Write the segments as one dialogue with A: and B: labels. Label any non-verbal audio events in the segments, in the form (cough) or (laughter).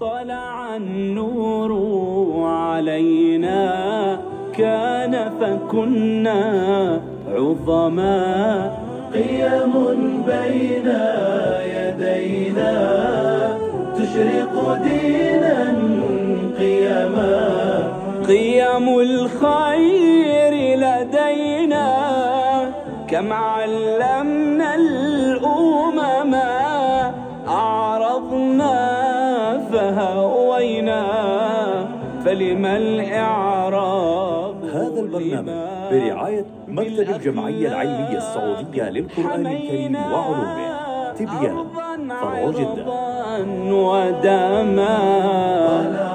A: طلع النور علينا كان فكنا عظما قيم بين يدينا تشرق دينا قيما قيم الخير لدينا كم علمنا الأمم أعرضنا فهوينا فلم الإعراب
B: هذا البرنامج برعاية مكتب الجمعية العلمية السعودية للقرآن الكريم وعلومه تبيان فرع جدة
A: ودما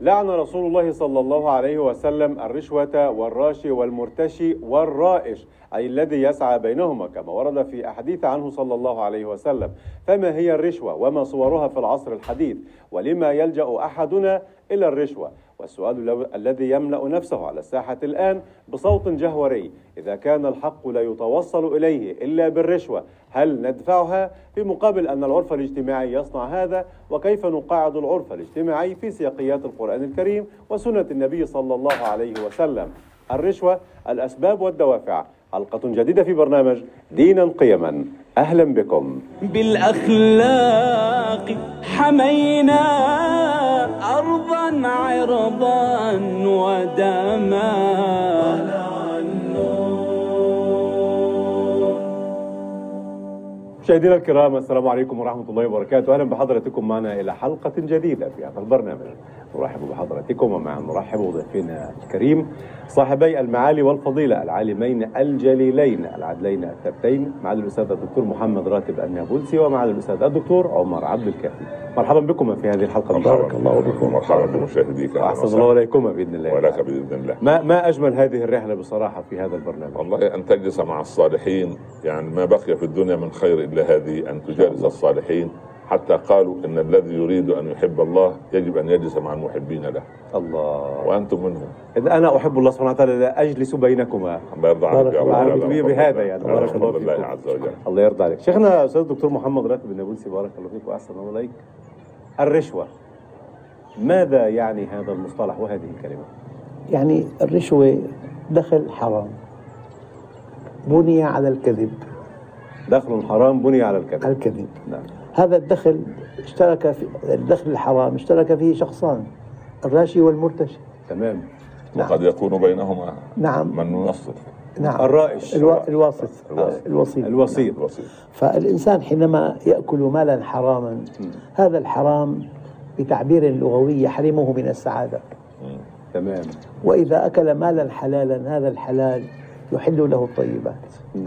C: لعن رسول الله صلى الله عليه وسلم الرشوة والراشي والمرتشي والرائش أي الذي يسعى بينهما كما ورد في أحاديث عنه صلى الله عليه وسلم فما هي الرشوة وما صورها في العصر الحديث ولما يلجأ أحدنا إلى الرشوة والسؤال لو- الذي يملأ نفسه على الساحة الآن بصوت جهوري إذا كان الحق لا يتوصل إليه إلا بالرشوة هل ندفعها في مقابل أن العرف الاجتماعي يصنع هذا وكيف نقاعد العرف الاجتماعي في سياقيات القرآن الكريم وسنة النبي صلى الله عليه وسلم الرشوة الأسباب والدوافع حلقة جديدة في برنامج دينا قيما أهلا بكم
A: بالأخلاق حمينا أرضا عرضا ودما
C: مشاهدينا الكرام السلام عليكم ورحمة الله وبركاته أهلا بحضراتكم معنا إلى حلقة جديدة في هذا البرنامج نرحب بحضراتكم ومع نرحب بضيفنا الكريم صاحبي المعالي والفضيلة العالمين الجليلين العدلين الثبتين معالي الأستاذ الدكتور محمد راتب النابلسي ومعالي الأستاذ الدكتور عمر عبد الكافي مرحبا بكم في هذه الحلقة
D: بارك
C: المباركة
D: الله بكم مرحبا بمشاهديك أهلاً
C: أحسن
D: وسهلاً.
C: الله إليكم بإذن الله
D: ولك
C: تعالى.
D: باذن الله
C: ما ما أجمل هذه الرحلة بصراحة في هذا البرنامج
D: والله ان تجلس مع الصالحين يعني ما بقي في الدنيا من خير الا هذه ان تجالس الصالحين حتى قالوا ان الذي يريد ان يحب الله يجب ان يجلس مع المحبين له
C: الله
D: وانتم منهم
C: إذ أنا أحب الله سبحانه وتعالى لا أجلس بينكما
D: الله يرضى عنك يا رب
C: بارك
D: العالمين.
C: الله فيك بهذا يعني.
D: على
C: بارك الله
D: رسول الله
C: فيكم.
D: عز وجل
C: الله يرضى عليك شيخنا استاذ الدكتور محمد راتب النابلسي بارك الله فيك واحسن الله اليك الرشوه ماذا يعني هذا المصطلح وهذه الكلمه
E: يعني الرشوة دخل حرام بني على الكذب
C: دخل حرام بني على
E: على
C: الكذب
E: الكذب
C: نعم
E: هذا الدخل اشترك في الدخل الحرام اشترك فيه شخصان الراشي والمرتشي
C: تمام
E: نعم
D: وقد يكون بينهما
E: نعم
D: من ينصر
E: نعم
C: الرائش.
E: الوا... الواسط آه،
D: الواسط.
E: الوسيط
C: الوسيط
D: نعم. الوسيط
E: فالإنسان حينما يأكل مالا حراما هذا الحرام بتعبير لغوي يحرمه من السعادة
C: تمام
E: وإذا أكل مالا حلالا هذا الحلال يحل له الطيبات
C: نعم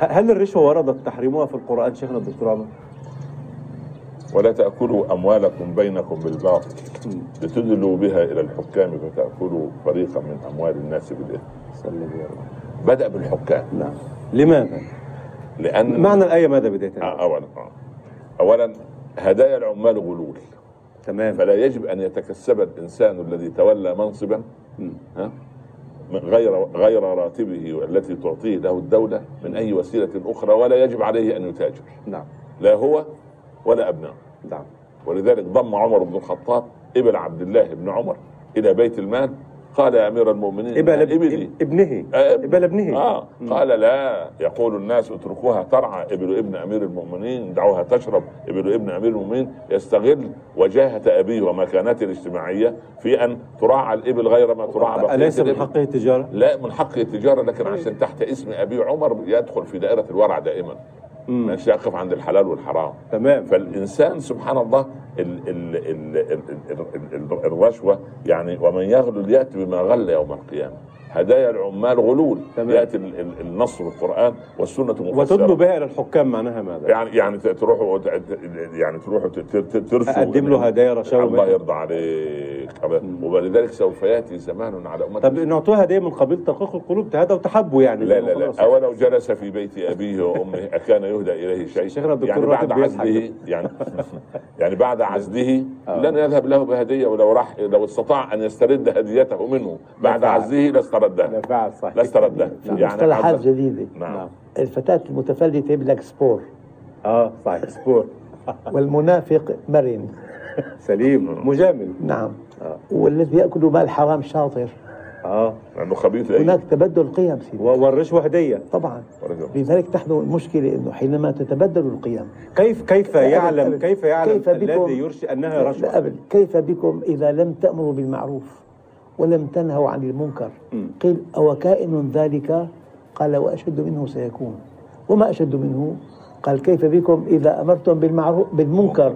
C: ه- هل الرشوه وردت تحريمها في القران شيخنا الدكتور عمر
D: ولا تاكلوا اموالكم بينكم بالباطل لتدلوا بها الى الحكام فتاكلوا فريقا من اموال الناس بالاثم
C: صلى الله عليه وسلم
D: بدأ بالحكام
C: نعم لماذا
D: لأن
C: معنى الايه ماذا بدايه
D: آه، أولا آه. أولا هدايا العمال غلول
C: تمام
D: فلا يجب أن يتكسب الإنسان الذي تولى منصبا
C: مم.
D: ها من غير غير راتبه التي تعطيه له الدولة من أي وسيلة أخرى ولا يجب عليه أن يتاجر
C: نعم
D: لا هو ولا أبناؤه
C: نعم
D: ولذلك ضم عمر بن الخطاب ابن عبد الله بن عمر إلى بيت المال قال يا أمير المؤمنين
C: ابل
D: أنا إبلي
C: اب- ابنه
D: آه،
C: ابل ابنه
D: آه
C: مم.
D: قال لا يقول الناس اتركوها ترعى ابن ابن امير المؤمنين دعوها تشرب ابن ابن امير المؤمنين يستغل وجاهة ابيه ومكانته الاجتماعية في ان تراعى الابل غير ما تراعى بقية
C: اليس من طيب.
D: الإبل.
C: حقه التجاره
D: لا من حق التجارة لكن عشان تحت اسم ابي عمر يدخل في دائرة الورع دائما
C: مم.
D: مش يقف عند الحلال والحرام
C: تمام
D: فالانسان سبحان الله ال ال ال ال ال ال الرشوه يعني ومن يغلل ياتي بما غل يوم القيامه هدايا العمال غلول
C: تمام.
D: ياتي ال- ال- النص بالقران والسنه
C: وتدلو
D: مفسره
C: بها الى الحكام معناها ماذا؟
D: يعني يعني ت- تروحوا وت- يعني تروحوا ت- ت- ت- ترسوا
C: اقدم له هدايا رشاوى
D: الله
C: ماذا؟
D: يرضى عليك ولذلك سوف ياتي زمان على امه
C: طب نعطوها هدايا من قبيل تقيق القلوب هذا وتحبوا يعني
D: لا
C: زي ما
D: لا
C: خلاص.
D: لا اولو جلس في بيت ابيه وامه اكان يهدى اليه شيء
C: شيخنا الدكتور
D: يعني بعد
C: راتب بيضحك.
D: عزله يعني (laughs) يعني بعد عزله
C: آه.
D: لن يذهب له بهديه ولو راح لو استطاع ان يسترد هديته منه بعد
C: نفعل.
D: عزله لاستردها
C: نفعت صحيح
D: لاستردها
E: مصطلحات
D: عز-
E: جديدة
D: نعم
C: نعم.
E: الفتاة المتفلتة بدك سبور
C: اه صحيح سبور
E: والمنافق مرن
C: سليم مجامل
E: نعم
C: آه.
E: والذي يأكل مال حرام شاطر
C: اه
D: لانه خبيث ايه
E: هناك تبدل قيم سيدي
C: و- والرشوه هديه
E: طبعا
D: ورجل.
E: لذلك تحن المشكلة أنه حينما تتبدل القيم
C: كيف كيف
E: لا،
C: يعلم
E: أبد.
C: كيف يعلم
E: كيف بكم؟
C: الذي يرشي انها
E: لا
C: رشوه
E: أبدا كيف بكم إذا لم تأمروا بالمعروف ولم تنهوا عن المنكر
C: مم.
E: قيل أوكائن ذلك قال وأشد منه سيكون وما أشد منه قال كيف بكم إذا أمرتم بالمعروف بالمنكر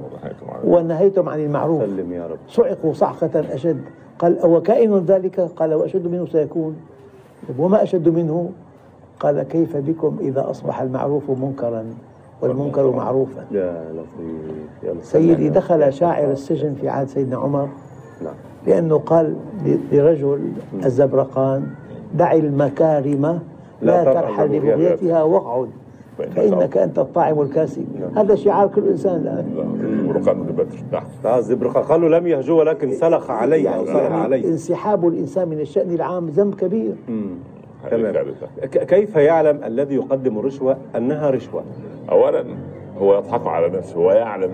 E: ونهيتم عن المعروف
C: سلم يا رب
E: صعقوا صعقة أشد قال أوكائن ذلك قال وأشد منه سيكون طيب وما أشد منه قال كيف بكم إذا أصبح المعروف منكرا والمنكر معروفا
C: يا لطيف يا لطيف
E: سيدي دخل شاعر السجن في عهد سيدنا عمر
C: نعم
E: لأنه قال لرجل الزبرقان دع المكارم لا
C: لا
E: ترحل
C: ترحل
E: لبغيتها واقعد فإنك أنت الطاعم الكاسي
C: نعم.
E: هذا شعار كل إنسان الآن
D: رقم بدر نعم
C: تعال الزبرقة قالوا لم يهجو ولكن سلخ علي او سلخ علي
E: يعني انسحاب الإنسان من الشأن العام ذنب كبير
C: مم.
D: هذه
C: تمام
D: كارثة.
C: ك- كيف يعلم الذي يقدم الرشوه انها رشوه؟
D: اولا هو يضحك على نفسه هو يعلم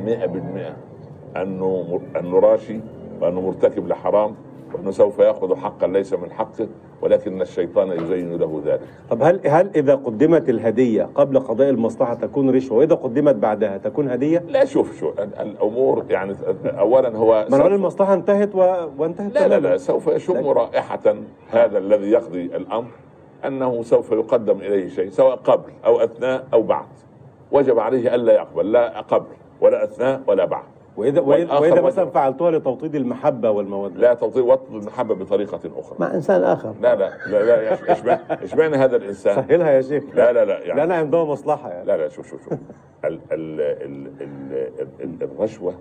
D: 100% انه انه راشي وانه مرتكب لحرام وانه سوف ياخذ حقا ليس من حقه ولكن الشيطان يزين له ذلك
C: طب هل هل اذا قدمت الهديه قبل قضاء المصلحه تكون رشوه واذا قدمت بعدها تكون هديه؟
D: لا شوف شو ال- الامور يعني اولا هو
C: ما نقول
D: سوف-
C: المصلحه انتهت و... وانتهت
D: لا لا
C: تماماً.
D: لا سوف يشم رائحة هذا الذي يقضي الأمر أنه سوف يقدم إليه شيء سواء قبل أو أثناء أو بعد وجب عليه ألا يقبل لا قبل ولا أثناء ولا بعد
C: واذا واذا,
D: والآخر
C: وإذا
D: وجه.
C: مثلا فعلتها لتوطيد المحبه والموده
D: لا تطيع وطل المحبة بطريقة أخرى
E: مع إنسان آخر
D: لا لا لا لا يا شيخ، اشمعنى اشمعنى هذا الإنسان
C: سهلها يا شيخ
D: لا لا لا يعني
C: لان عندها مصلحه يعني
D: لا لا شوف شوف شوف ال ال ال ال ال الرشوة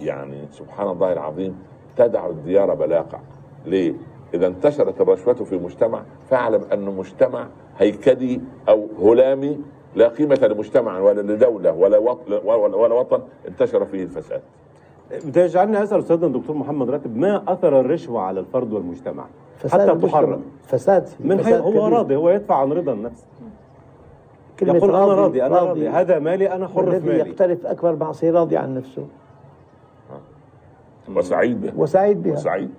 D: يعني سبحان الله العظيم تدع الديار بلاقع ليه؟ إذا انتشرت الرشوة في مجتمع فاعلم أنه مجتمع هيكلي أو هلامي لا قيمة لمجتمع ولا لدولة ولا وطن ولا, ولا وطن انتشر فيه الفساد.
C: بتجعلني اسال استاذنا الدكتور محمد راتب ما اثر الرشوه على الفرد والمجتمع حتى
E: المجتمع.
C: تحرم
E: فساد سيدي،
C: من حيث
E: فساد
C: هو
E: كبير.
C: راضي هو يدفع عن رضا النفس
E: كلمة
C: يقول انا راضي انا راضي هذا مالي انا حر في
E: الذي
C: مالي
E: يقترف أكبر معصية راضي عن نفسه
D: وسعيد به
E: وسعيد بها
D: وسعيد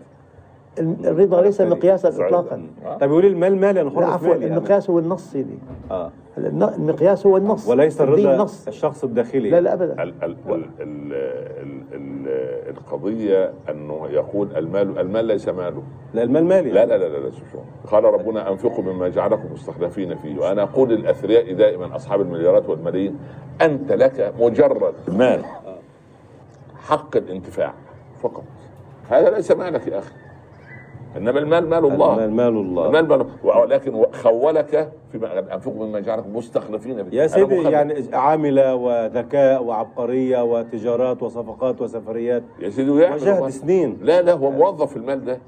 E: الرضا ليس مقياسا
D: سعيد.
E: إطلاقا
D: آه.
C: طب يقول لي طيب، المال مالي انا
E: لا
C: حر في
E: عفوا
C: مالي يعني. أنا.
E: المقياس هو النص سيدي
C: آه.
E: هلا الن- المقياس هو النص
C: وليس
E: الدين
C: الرضا
E: نص
C: الشخص الداخلي
E: لا لا أبدا
D: ال ال ال ال ال ال القضية أنه يقول المال المال ليس ماله
C: لا المال مالي
D: لا لا لا لا, لا شوف شوف. قال ربنا انفقوا مما جعلكم مستخلفين فيه وانا اقول للاثرياء دائما اصحاب المليارات والملايين انت لك مجرد مال حق الانتفاع فقط هذا ليس مالك يا اخي انما المال مال الله
C: المال مال الله
D: المال مال ولكن خولك فيما انفقوا مما جعلكم مستخلفين فيه
C: يا
D: أنا
C: سيدي
D: مخلف.
C: يعني عاملة وذكاء وعبقرية وتجارات وصفقات وسفريات
D: يا سيدي ويعمل
C: وجهد
D: هو-
C: سنين
D: لا لا هو موظف في المال ده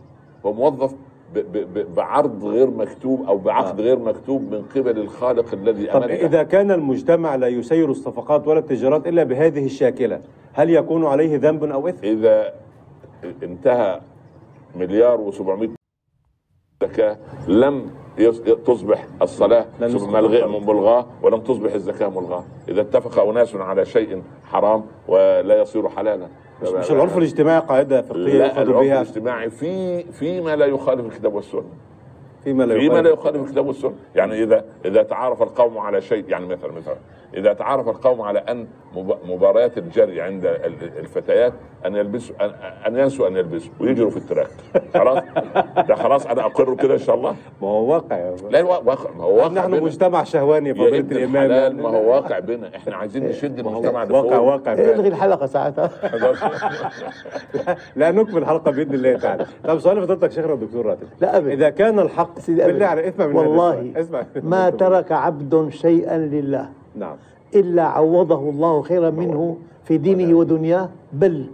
D: هو موظف ب ب ب بعرض غير مكتوب او بعقد غير مكتوب من قبل الخالق الذي
C: آه. طب
D: امنك
C: إذا كان المجتمع لا يسير الصفقات ولا التجارات إلا بهذه الشاكلة هل يكون عليه ذنب أو إثم؟
D: اذا انتهى مليار و700 زكاه لم يص- تصبح الصلاه
C: لن يصبح
D: ملغاة من ملغاه ولم تصبح الزكاه ملغاه اذا اتفق اناس على شيء حرام ولا يصير حلالا
C: مش, مش العرف الاجتماعي قاعدة فقهية
D: لا
C: يؤخذ
D: العرف
C: بها
D: الاجتماعي في فيما لا يخالف الكتاب والسنه
C: فيما لا
D: فيما لا
C: يقال
D: يخالف الكتاب والسنه يعني اذا اذا تعارف القوم على شيء يعني مثلا مثلا اذا تعارف القوم على ان مب- مباريات الجري عند ال- الفتيات ان يلبسوا ان, أن ينسوا ان يلبسوا ويجروا في التراك خلاص ده خلاص انا اقر كده ان شاء الله
C: ما هو واقع
D: لا هو واقع ما هو واقع
C: نحن
D: بنا.
C: مجتمع شهواني
D: يا
C: فضيلة
D: ابن
C: الإمام
D: الحلال ما
C: يعني.
D: هو واقع بنا احنا عايزين نشد المجتمع ده
C: واقع
D: فوق. (laughs)
C: واقع فعلا.
E: الغي الحلقة ساعتها (laughs)
C: لا نكمل الحلقة بإذن الله تعالى طب سؤال فضيلتك شيخنا الدكتور راتب
E: لا أبدا
C: إذا كان الحق
E: سيدي أبدا.
C: بالله على إثم من هذا
E: والله
C: السؤال. اسمع
E: ما ترك عبد شيئا لله
C: نعم
E: إلا عوضه الله خيرا منه في دينه ودنياه بل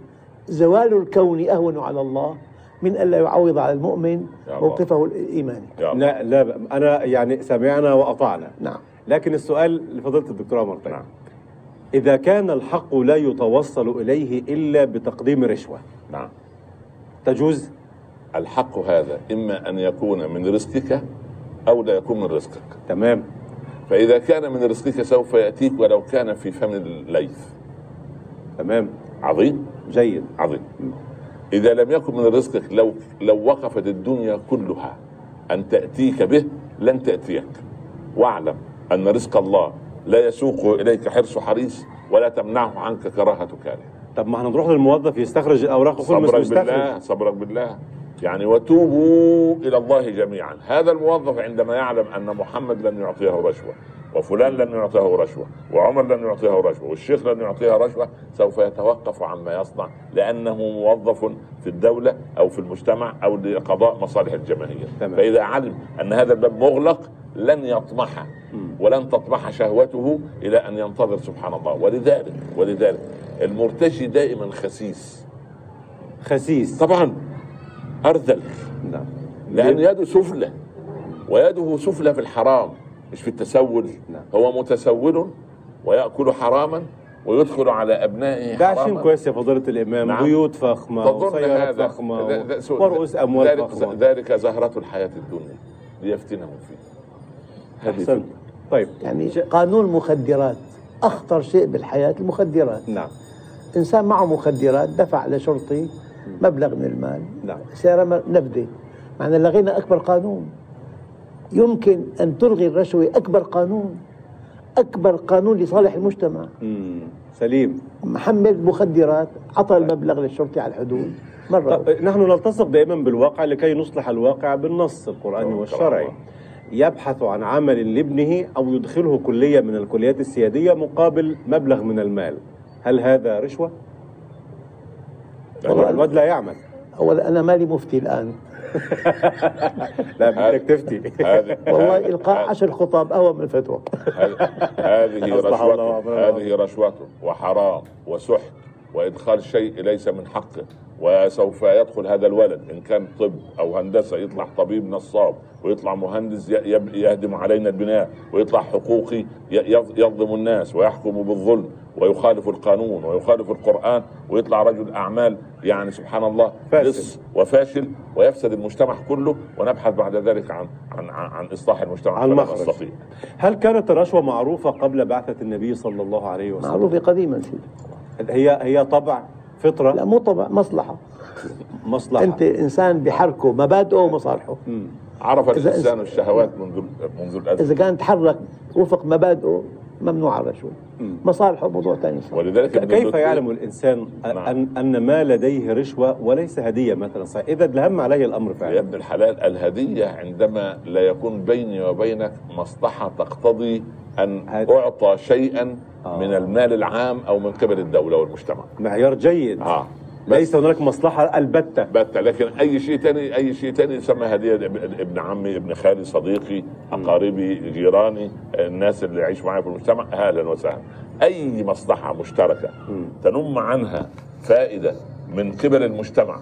E: زوال الكون أهون على الله من ألا يعوض على المؤمن
D: يا الله.
E: موقفه الإيماني
D: يا
C: لا
D: الله.
C: لا انا يعني سمعنا واطعنا
E: نعم
C: لكن السؤال لفضيله الدكتور عمر طيب
D: نعم.
C: اذا كان الحق لا يتوصل اليه الا بتقديم رشوه
D: نعم
C: تجوز
D: الحق هذا اما ان يكون من رزقك او لا يكون من رزقك
C: تمام
D: فإذا كان من رزقك سوف يأتيك ولو كان في فم الليث
C: تمام
D: عظيم
C: جيد
D: عظيم إذا لم يكن من رزقك لو لو وقفت الدنيا كلها أن تأتيك به لن تأتيك واعلم أن رزق الله لا يسوق إليك حرص حريص ولا تمنعه عنك كراهة كاره
C: طب ما هنروح للموظف يستخرج الاوراق وكل مش
D: صبرك بالله
C: مستخرج
D: صبرك بالله يعني وتوبوا الى الله جميعا هذا الموظف عندما يعلم ان محمد لن يعطيه رشوه وفلان لن يعطيه رشوه وعمر لن يعطيه رشوه والشيخ لن يعطيه رشوه سوف يتوقف عما يصنع لانه موظف في الدوله او في المجتمع او لقضاء مصالح الجماهير
C: تمام.
D: فاذا علم ان هذا الباب مغلق لن يطمحه
C: مم.
D: ولن تطمح شهوته الى ان ينتظر سبحان الله ولذلك ولذلك المرتشي دائما خسيس
C: خسيس
D: طبعا ارذل
C: نعم
D: لان يده سفلى ويده سفلى في الحرام مش في التسول
C: نعم.
D: هو متسول وياكل حراما ويدخل على ابنائه
C: ده عشان
D: حراما
C: كويس يا فضيلة الإمام
D: يعني نعم.
C: بيوت فخمة
D: تظن
C: وسيارات
D: هذا
C: فخمة
D: ذ- ذ- سوء-
C: ورؤوس أموال
D: ذلك
C: فخمة
D: ذلك زهرة الحياة الدنيا ليفتنهم فيه هذه
C: أحسنت
D: فكرة.
C: طيب
E: يعني قانون المخدرات أخطر شيء بالحياة المخدرات
C: نعم
E: إنسان معه مخدرات دفع لشرطي مبلغ من المال
C: نعم
E: سيارة م- نفدة معنا لغينا أكبر قانون يمكن أن تلغي الرشوة أكبر قانون أكبر قانون لصالح المجتمع
C: مم. سليم
E: محمد مخدرات عطى المبلغ للشرطي على الحدود مرة
C: طب نحن نلتصق دائما بالواقع لكي نصلح الواقع بالنص القرآني
D: طبعاً.
C: والشرعي يبحث عن عمل لابنه أو يدخله كلية من الكليات السيادية مقابل مبلغ من المال هل هذا رشوة؟
E: والله
C: الواد لا يعمل
E: أولا أنا مالي مفتي الآن
C: لا بدك تفتي
D: هذه
C: (laughs)
E: والله
D: هذه-
E: إلقاء عشر خطاب أقوى من الفتوى
D: هذه- هذه
C: أصلح الله
D: رشوة
C: وأمره.
D: هذه رشوة وحرام وسحت وإدخال شيء ليس من حقه وسوف يدخل هذا الولد إن كان طب أو هندسة يطلع طبيب نصاب ويطلع مهندس ي- يب- يهدم علينا البناء ويطلع حقوقي ي- يظ- يظلم الناس ويحكم بالظلم ويخالف القانون ويخالف القرآن ويطلع رجل أعمال يعني سبحان الله
C: فاسد.
D: لص وفاشل ويفسد المجتمع كله ونبحث بعد ذلك عن عن عن, عن إصلاح المجتمع
C: عن
D: فلا
C: مخرج.
D: نستطيع.
C: هل كانت الرشوة معروفة قبل بعثة النبي صلى الله عليه وسلم؟
E: معروفة قديما سيدي
C: هي هي طبع
E: لا
C: فطرة
E: مو طبع مصلحة
C: مصلحة
E: أنت إنسان بحركه مبادئه ومصالحه
C: مم.
D: عرف
E: إذا-
D: الانسان الشهوات منذ منذ الازل
E: إذا كان تحرك وفق مبادئه ممنوع الرشوة مصالحه موضوع ثاني
D: ولذلك ابن
C: كيف
D: لوثير-
C: يعلم الإنسان
D: نعم.
C: أن أن ما لديه رشوة وليس هدية مثلا صحيح إذا الهم علي الأمر
D: يا
C: فعلا
D: ابن الحلال الهديه عندما لا يكون بيني وبينك مصلحه تقتضي ان
C: هذا.
D: اعطى شيئا
C: آه.
D: من المال العام او من قبل الدوله والمجتمع
C: معيار جيد
D: اه
C: ليس هناك مصلحة البتة
D: بتة لكن اي شيء تاني اي شيء تاني يسمى هديه لاب- ابن عمي ابن خالي صديقي اقاربي جيراني الناس اللي يعيش معايا في المجتمع اهلا وسهلا اي مصلحه مشتركه تنم عنها فائده من قبل المجتمع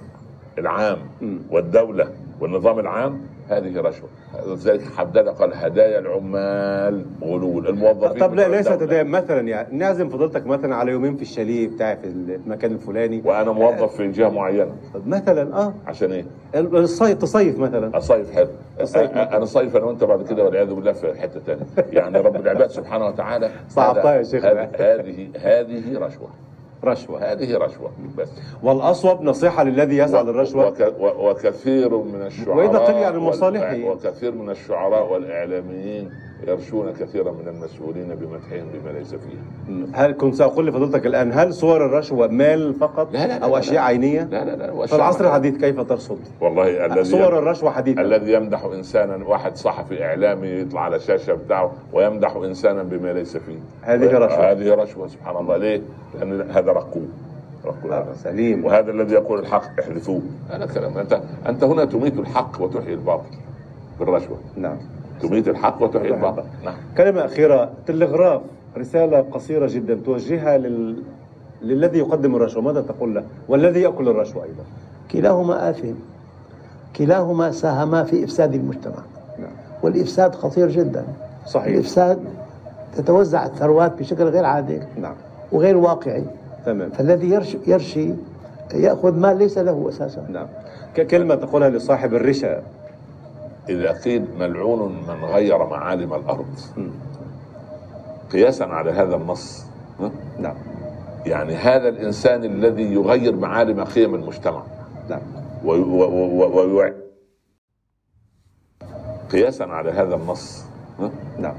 D: العام
C: مم.
D: والدوله والنظام العام هذه رشوه لذلك حدد قال هدايا العمال غلول الموظفين
C: طب لا ليس
D: بتوع الدولة.
C: تدايم مثلا يعني نعزم فضيلتك مثلا على يومين في الشاليه بتاعي في المكان الفلاني
D: وانا موظف في جهه معينه
C: مثلا اه
D: عشان ايه؟
C: الصيف تصيف مثلا
D: اصيف حلو
C: أصيف.
D: أ- أ- انا صيف انا وانت بعد كده والعياذ بالله في حته ثانيه يعني رب العباد سبحانه وتعالى
C: صعبتها يا
D: هذا-
C: شيخ.
D: هذه هذه- هذه رشوه
C: رشوة
D: هذه رشوه بس
C: والأصوب نصيحة للذي يسعى للرشوة
D: وك و- وكثير من الشعراء
C: وإذا يعني قيل عن
D: والإع-
C: المصالح.
D: وكثير من الشعراء والاعلاميين يرشون كثيرا من المسؤولين بمدحهم بما ليس فيه
C: هل كنت سأقول لفضيلتك الآن هل صور الرشوة مال فقط
D: لا، لا، لا،
C: أو
D: لا،
C: أشياء
D: لا.
C: عينية
D: لا لا لا
C: في العصر الحديث كيف ترصد
D: والله الذي
C: صور الرشوة نعم. حديثة
D: الذي يمدح انسانا واحد صحفي اعلامي يطلع على شاشه بتاعه ويمدح انسانا بما ليس فيه
C: هذه رشوة.
D: هذه رشوه سبحان الله ليه؟ لان هذا رقوب رقوب
C: آه،
D: هذا
C: سليم
D: وهذا الذي يقول الحق احذفوه هذا كلام انت انت هنا تميت الحق وتحيي الباطل بالرشوه
C: نعم
D: تميت الحق وتحيي الباطل نعم
C: كلمة أخيرة تلغراف رسالة قصيرة جدا توجهها لل... للذي يقدم الرشوة ماذا تقول له والذي يأكل الرشوة أيضا
E: كلاهما آثم كلاهما ساهما في إفساد المجتمع
C: نعم.
E: والإفساد خطير جدا
C: صحيح
E: الإفساد تتوزع الثروات بشكل غير عادل
C: نعم
E: وغير واقعي
C: تمام
E: فالذي يرش- يرشي يأخذ مال ليس له أساسا
C: نعم ك- كلمة تقولها لصاحب الرشا
D: اذا قيل ملعون من غير معالم الارض قياسا على هذا النص ها؟
B: نعم
D: يعني هذا الانسان الذي يغير معالم قيم المجتمع
B: نعم
D: و- و- و- و- ويوع- قياسا على هذا النص ها؟
B: نعم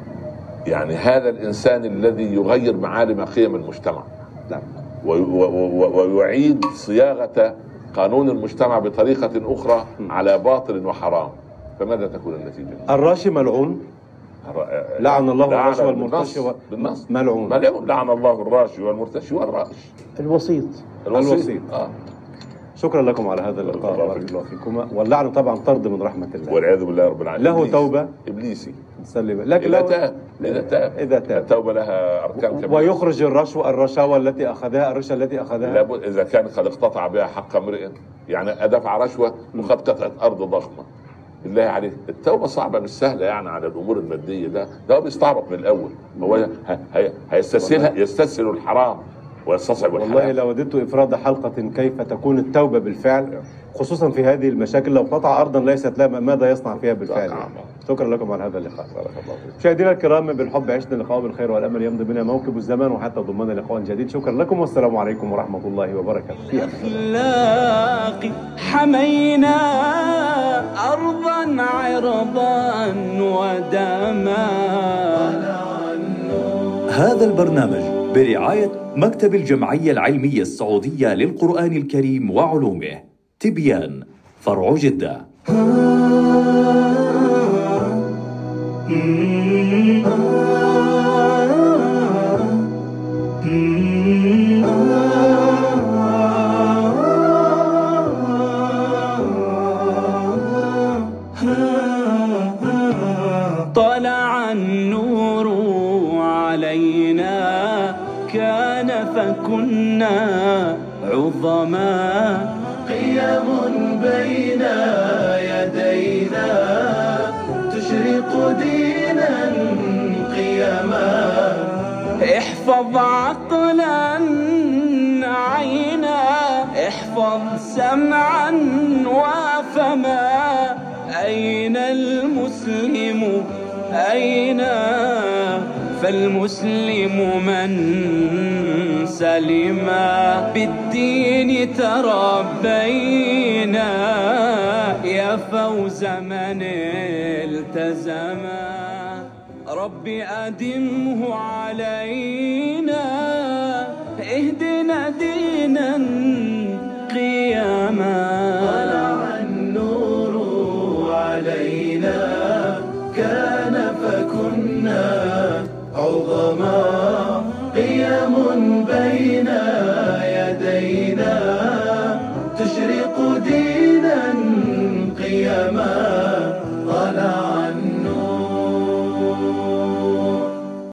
D: يعني هذا الانسان الذي يغير معالم قيم المجتمع
B: نعم
D: و- و- و- ويعيد صياغه قانون المجتمع بطريقه اخرى على باطل وحرام فماذا تكون النتيجه؟
B: الراشي ملعون لعن الله الراشي والمرتشي و-
D: بالنص
B: ملعون
D: ملعون لعن الله الراشي والمرتشي والراشي
E: الوسيط
B: الوسيط.
D: آه.
B: شكرا لكم على هذا اللقاء
D: بارك
B: بارك الله فيكما واللعن طبعا طرد من رحمه الله
D: والعياذ بالله رب العالمين
B: له
D: إبليس.
B: توبة.
D: ابليسي
B: نسلم لكن
D: اذا
B: لو-
D: تاب اذا تاب
B: إذا تاب.
D: التوبه لها اركان كبيره
B: ويخرج الرشوة الرشاوى التي أخذها الرشا التي أخذها
D: لابد اذا كان قد اقتطع بها حق امرئ يعني دفع رشوه وقد قطعت ارض ضخمه بالله عليك التوبه صعبه مش سهله يعني على الامور الماديه ده ده هو بيستعبط من الاول هو ه- هي- هيستسهلها يستسهل الحرام ويستصعب
B: والله
D: الحلال
B: لو وددت إفراد حلقة كيف تكون التوبة بالفعل خصوصا في هذه المشاكل لو قطع أرضا ليست لها ماذا يصنع فيها بالفعل
D: نعم.
B: يعني. شكرا لكم على هذا اللقاء
D: بارك الله فيك.
B: مشاهدينا الكرام بالحب عشنا اللقاء بالخير والامل يمضي بنا موكب الزمان وحتى ضمن لقاء جديد شكرا لكم والسلام عليكم ورحمه الله وبركاته في أمان.
A: الأخلاق حمينا أرضا عرضا ودما
B: هذا البرنامج برعاية مكتب الجمعية العلمية السعودية للقرآن الكريم وعلومه تبيان فرع جدة
A: طلع النور علينا كان فكنا عظما قيم بين يدينا تشرق دينا قيما احفظ عقلا عينا احفظ سمعا وفما أين المسلم أين فالمسلم من سلم بالدين تربينا يا فوز من التزما رب أدمه علينا